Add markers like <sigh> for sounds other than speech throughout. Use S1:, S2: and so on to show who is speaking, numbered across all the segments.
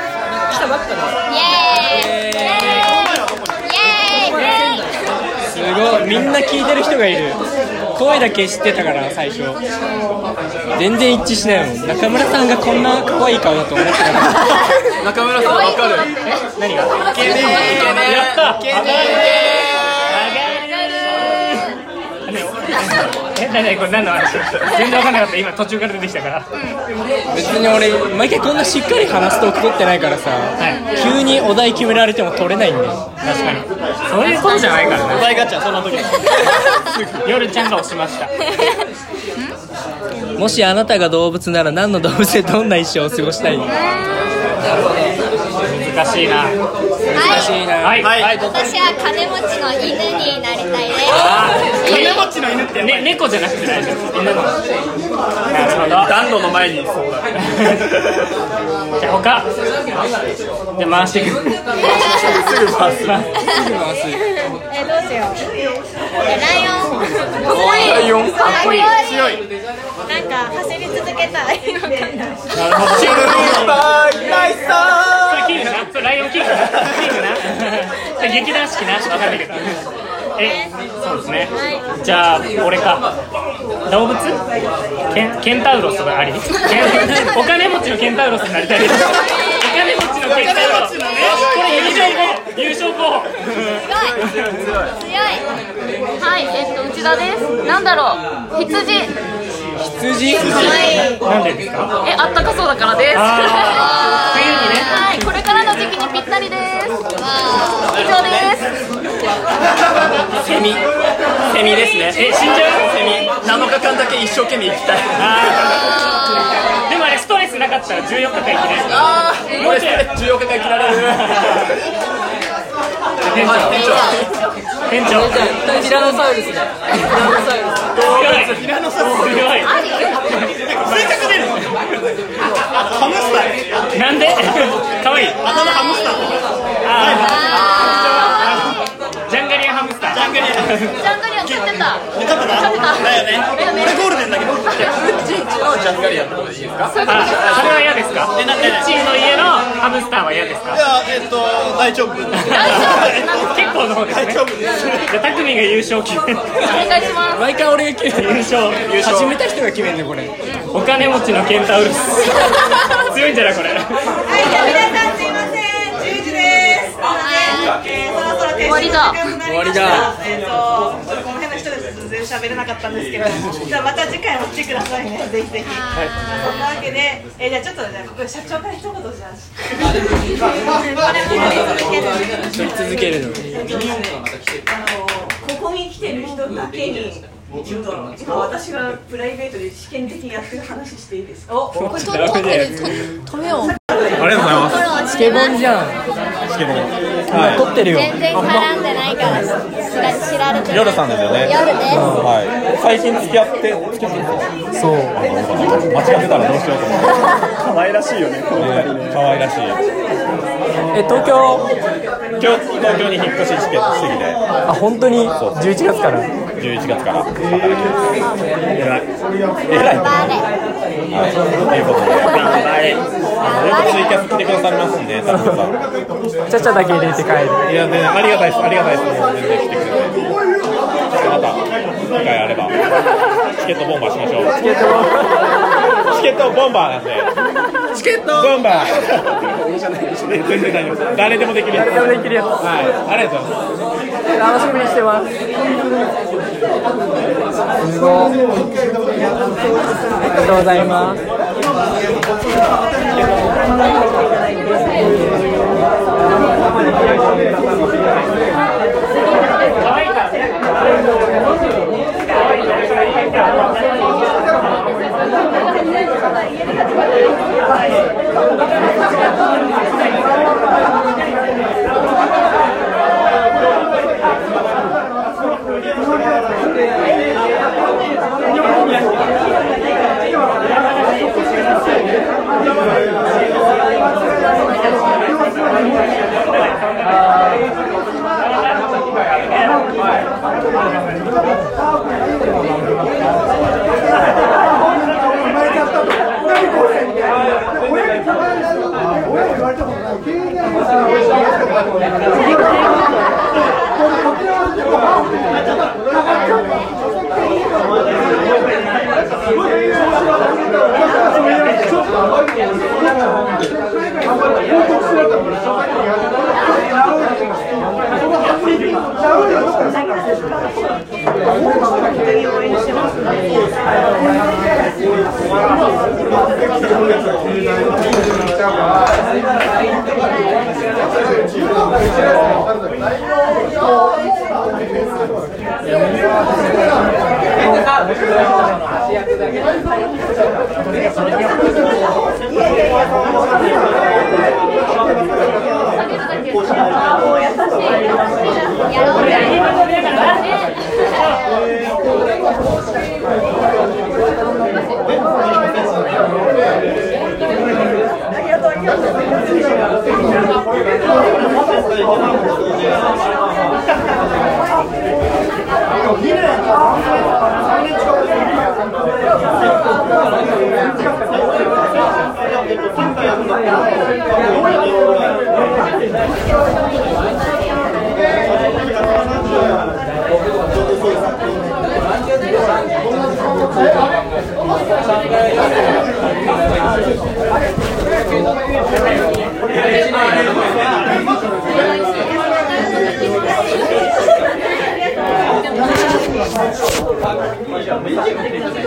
S1: 前ばっかだ
S2: エーイイエーイ
S3: すごいみんな聞いてる人がいる声だけ知ってたから最初全然一致しないもん中村さんがこんな可愛い顔だと思ってなかった
S1: 中村さんわかるイケメンイケメ
S3: 何が
S1: ン
S3: やった
S1: イケメン
S4: え、なになにこれ何の話全然わかんなかった今途中から出てきたから
S3: 別に俺毎回こんなしっかり話すトーク取ってないからさ、急にお題決められても取れないんだよ
S4: 確かにそういうことじゃないから
S3: お
S4: ね
S3: 題ガチャそんな時
S4: 夜ちゃんが押しました
S3: もしあなたが動物なら何の動物でどんな一生を過ごしたい
S4: 難しいな
S3: 難しいな、
S4: はい
S1: はい
S4: はい
S2: 私は金持ちの犬になりたいです
S4: 金持ちの犬ってね猫じゃなくて大丈夫犬のなるほど
S1: 暖炉の前にいそうだ
S4: じゃあ他じゃあ回していく
S1: すぐパス
S5: えどうしよう
S2: えライオン
S1: ライオン
S2: かっこいい
S1: 強い
S5: なんか走り続けたいのかな
S1: チルバイナイ
S4: そ
S1: さ
S4: れキングなそれライオンキングなキングなそれ劇団四季なわかんないけどえそうですねじゃあ俺か動物ケンケンタウロスがありケンお金持ちのケンタウロスになりたいですお金持ちのケンタウロスこれ優勝候補優勝候補
S2: 強い
S6: はい、えっと内田です。なんだろう、羊。え、
S3: 羊
S4: なんでですか
S6: あったかそうだからです。
S4: あー冬にね
S6: はい、これからの時期にぴったりです。以上です。
S1: セミセミですね
S4: え死んじゃう
S1: セミ7日間だけ一生懸命生きたい
S4: あーでもあれストレスなかったら14日間生きれる
S1: あーもう14日間生きられる
S4: 店長
S1: 店長
S4: 店長強い
S1: ティラノサウルスだティラノサウルス
S4: 強い性格出るなんでかわいい頭ハムスターあージャンガリアンハムスタージャンガリアン
S6: ジャンガリアン勝ってた。勝ってた。勝ってた。だよね。ゴールデン <laughs> だけど。
S1: ジャンガリアンの方でいいですか
S6: そういうこと
S4: あ
S6: です
S4: それは嫌ですかミッチーの家のハムスターは嫌ですか
S7: えっと大丈夫
S4: 結構の方ですねじゃあたくみんが優勝決める
S6: お願いします。
S3: 毎回俺が決める
S4: 優勝優勝
S3: 始めた人が決めんねこれ
S4: お金持ちのケンタウルス強いんじゃないこれ
S5: はいじゃあ皆さんすいません10時ですはいえーそろそろ
S6: 終わりだ
S3: 終わりだ
S5: えっとこの辺の人です全然喋れなかったんですけどじゃあまた次回も来てくださいねぜひぜひそんなわけでえーじゃあちょっとじゃあここで社長から一言じゃあ
S3: 撮り続けるの
S5: あのここに来てる人だけにちょっと今私がプライベートで試験的にやってる話していいですかおこれ
S3: ダメだよ
S7: ありがとうございます
S3: スケボンじゃん
S7: スケボー
S3: 撮ってるよ
S2: 全然絡んでないから知ら知られてない
S7: 夜さんですよね
S2: 夜です
S7: はい最近付き合って付き合ってますそう間違ってたらどうしようと思って可愛らしいよねこの2人可愛らしい
S3: え東京
S7: 今日東京に引っ越ししてきて
S3: あ本当に11月から
S7: 11月から働きます偉い偉い
S2: バレ
S7: はい、ということで、はい、よくツイキャス来てくださりますんで、タコさん。
S3: ちゃちゃだけ入れて帰る
S7: いや、全然ありがたいです、ありがたいです、もう全然来てくれて。また、機会あれば、チケットボンバーしましょう。チケットボンバー。チケットボンバーなんで。チケットボンバー。全然大丈夫です。誰でもできるやつ。
S3: できるやつ
S7: はい、ありがとうございま
S3: 楽しみにしてますすごいありがとうございます
S8: あ
S3: 本当
S2: 龍がいるよ。あ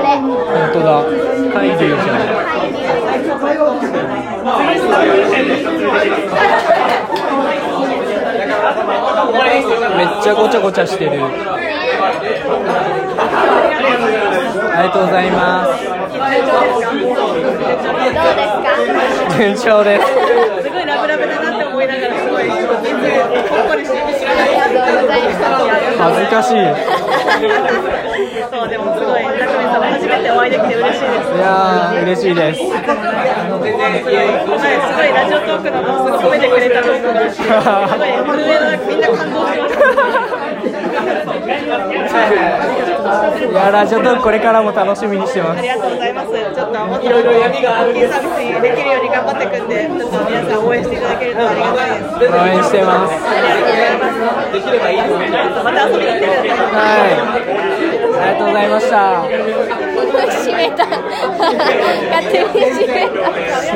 S2: れ。
S3: 本当だ。海流じゃん。めっちゃごちゃごちゃしてる。ありがとうございます。 <laughs>
S2: どうですか。
S3: 順調です。 <laughs>
S5: すごいラブラブだなって思いながらすごい全然ほっこりしてる知らない
S2: ありがとうございます。
S3: 恥ずかしい。い
S5: そうでもすごい中身さん初めてお会いできて嬉しいです
S3: やー、嬉しいです。
S5: はい、すごいラジオトークのボスが褒めてくれたのが、すごい、震えのみんな感動しました。
S3: いやー、ラジオトークこれからも楽しみにしてま
S5: あ
S3: す
S5: り。がとうございます。ちょっともっといろいろ闇が大きいサービスにできるように頑張っていくんで、ちょっと皆さん応援していただけるとありがたいです。
S3: 応援してます。
S5: また遊びに来てください。
S3: はい。ありがとうございました。
S2: 閉めた。勝手に閉めた。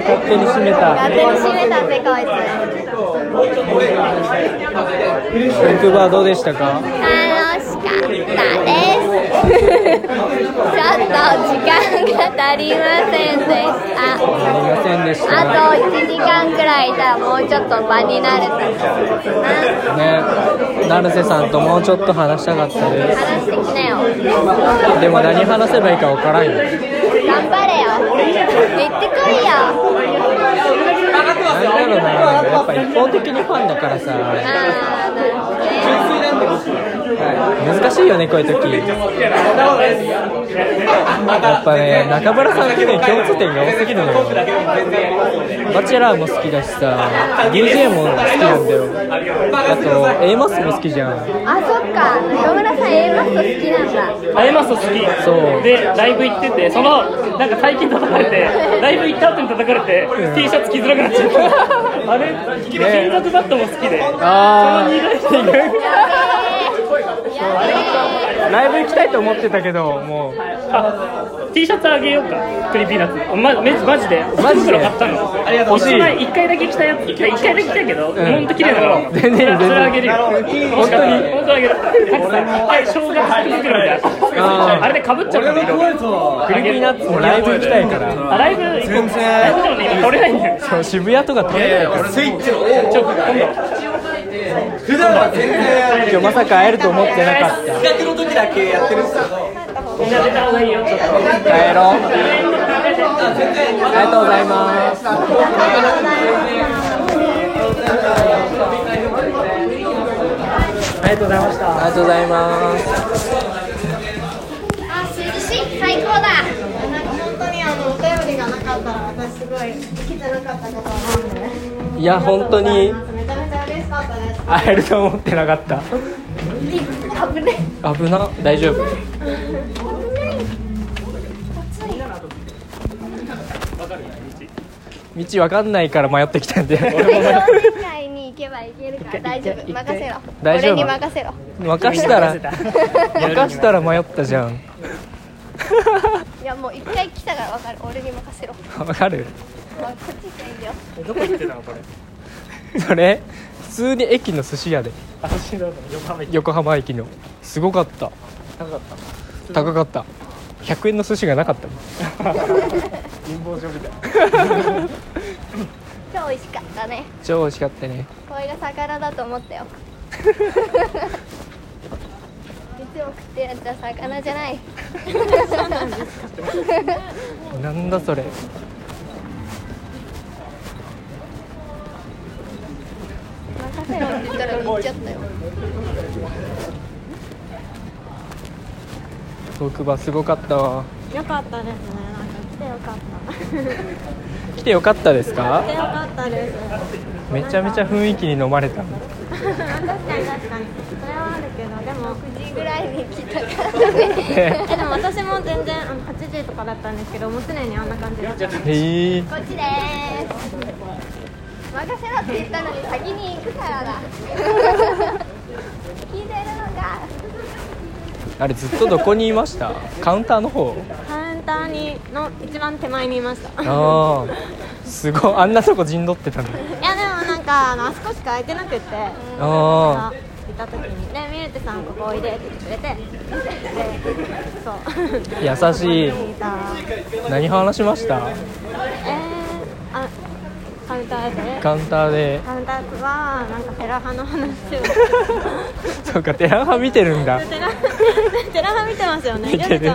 S3: 勝手に閉めた
S2: 勝。手に閉めたぜ、こいつ。
S3: バンクーバーどうでしたか？
S2: 楽しかったです。ちょっと時間が
S3: ありま
S2: 足りませんでした。
S3: せんでし
S2: あ
S3: た。
S2: と1時間くらいいたらもうちょっと場になると思うな。
S3: ね、成瀬さんともうちょっと話したかったです。
S2: 話してきなよ。
S3: でも何話せばいいかわからんよ。
S2: 頑張れよ。行ってこいよ。
S3: なんだろうな、やっぱ一方的にファンだからさ、
S2: あーなるほどね
S3: 難しいよねこういう時。やっぱね、中村さんってね共通点が多すぎるのよ。バチェラーも好きだしさ、DJ も好きなんだよ。あと A マスも好きじゃん。
S2: あ、そっか。中村さん A マスト好きなんだ。
S4: アイマスト好き
S3: そう
S4: でライブ行っててそのなんか最近叩かれてライブ行った後に叩かれて T シャツ着づらくなっちゃ
S3: <laughs>
S4: ったあれ金属バットも好きで
S3: あー <laughs>
S2: や
S3: ライブ行きたいと思ってたけど、もう。
S4: あ T シャツあげようかクリーピーナッツ、ま、めマジで
S3: マジで
S4: 袋買ったのありが
S3: とう欲しい
S4: 1回だけ着たやつ1回だけ着たけど、
S3: ん
S4: ほんと綺麗だから
S3: <laughs> 全然いい全然いい
S4: それあげるよ
S3: 本当に
S4: 本当あげるたくさんいっぱい正月服作るみたい
S3: あー
S4: なあれでかぶっちゃうから
S3: クリーピーナッツもライブ行きたいから。
S4: あライブ行こうライブでもね今撮れないんだよ
S3: そう渋谷とか撮れないから。
S4: ちょ今度
S3: 今日まさか会えると思ってなかった。
S4: みんな出た方がいいよちょっと
S3: 帰ろう。ありがとうございます。ありがとうございました。ありがとうございます。
S2: べえ。あ、涼しい。最高
S3: <laughs>
S2: だ。
S8: なんか本当にあのお便りがなかったら私すごい来てなかったこと思うんで
S3: いや本当に
S8: めちゃめちゃ嬉しかったです
S3: 会えると思ってなかった。
S2: 危ね。
S3: 危な、大丈夫。道わかんないから迷ってきたんで。
S2: みたいに行けば行けるから大丈夫。任せろ。
S3: 大丈夫
S2: 俺に任せろ。
S3: 任したら
S4: 任せた
S3: 任したら迷ったじゃん。
S2: いやもう一回来たからわかる。俺に任せろ。
S3: わかる？
S2: まあこっち行きゃいいんだよ。
S4: どこ行ってたのこれ
S3: それ普通に駅の寿司屋で
S4: 私の横浜行っ
S3: 横浜駅のすごかった
S4: てなかった
S3: 高かった100円の寿司がなかった
S4: 貧乏症みたい
S2: 超美味しかったね。
S3: 超美味しかったね
S2: これが魚だと思ったよ。びっ強くてじゃあ魚じゃない
S3: なんだそれ
S2: 任せろって言ったら行っちゃったよ
S3: トークバーすごかったわ
S8: よかったですねなんか来てよかった
S3: 来てよかったですか
S8: 来てよかったです
S3: めちゃめちゃ雰囲気に飲まれた
S8: 確かに確かにそれはあるけどでも
S2: 9時ぐらいに来たからね
S8: <laughs> えでも私も全然あの8時とかだったんですけどもう常にあんな感じだった
S3: へえ
S2: こっちでーす任せろって言ったのに先に行くからだ聞いてるのか
S3: あれずっとどこにいましたカウンターの方
S8: カウンターにの一番手前にいました
S3: ああすごいあんなとこ陣取ってたの
S8: <laughs> いやでもなんかあのあそこしか空いてなくって
S3: あ
S8: いた時にでミルテさんここおいでって言ってくれてでそう
S3: 優しい
S8: ここにた
S3: あ何話しました
S8: えー、あカウンターで
S3: カウンターで
S8: カウンターはなんかテラハの話を
S3: <laughs> そうかテラハ見てるんだ
S8: テラテラハ見てますよね
S3: 見てる
S8: ヨルちゃん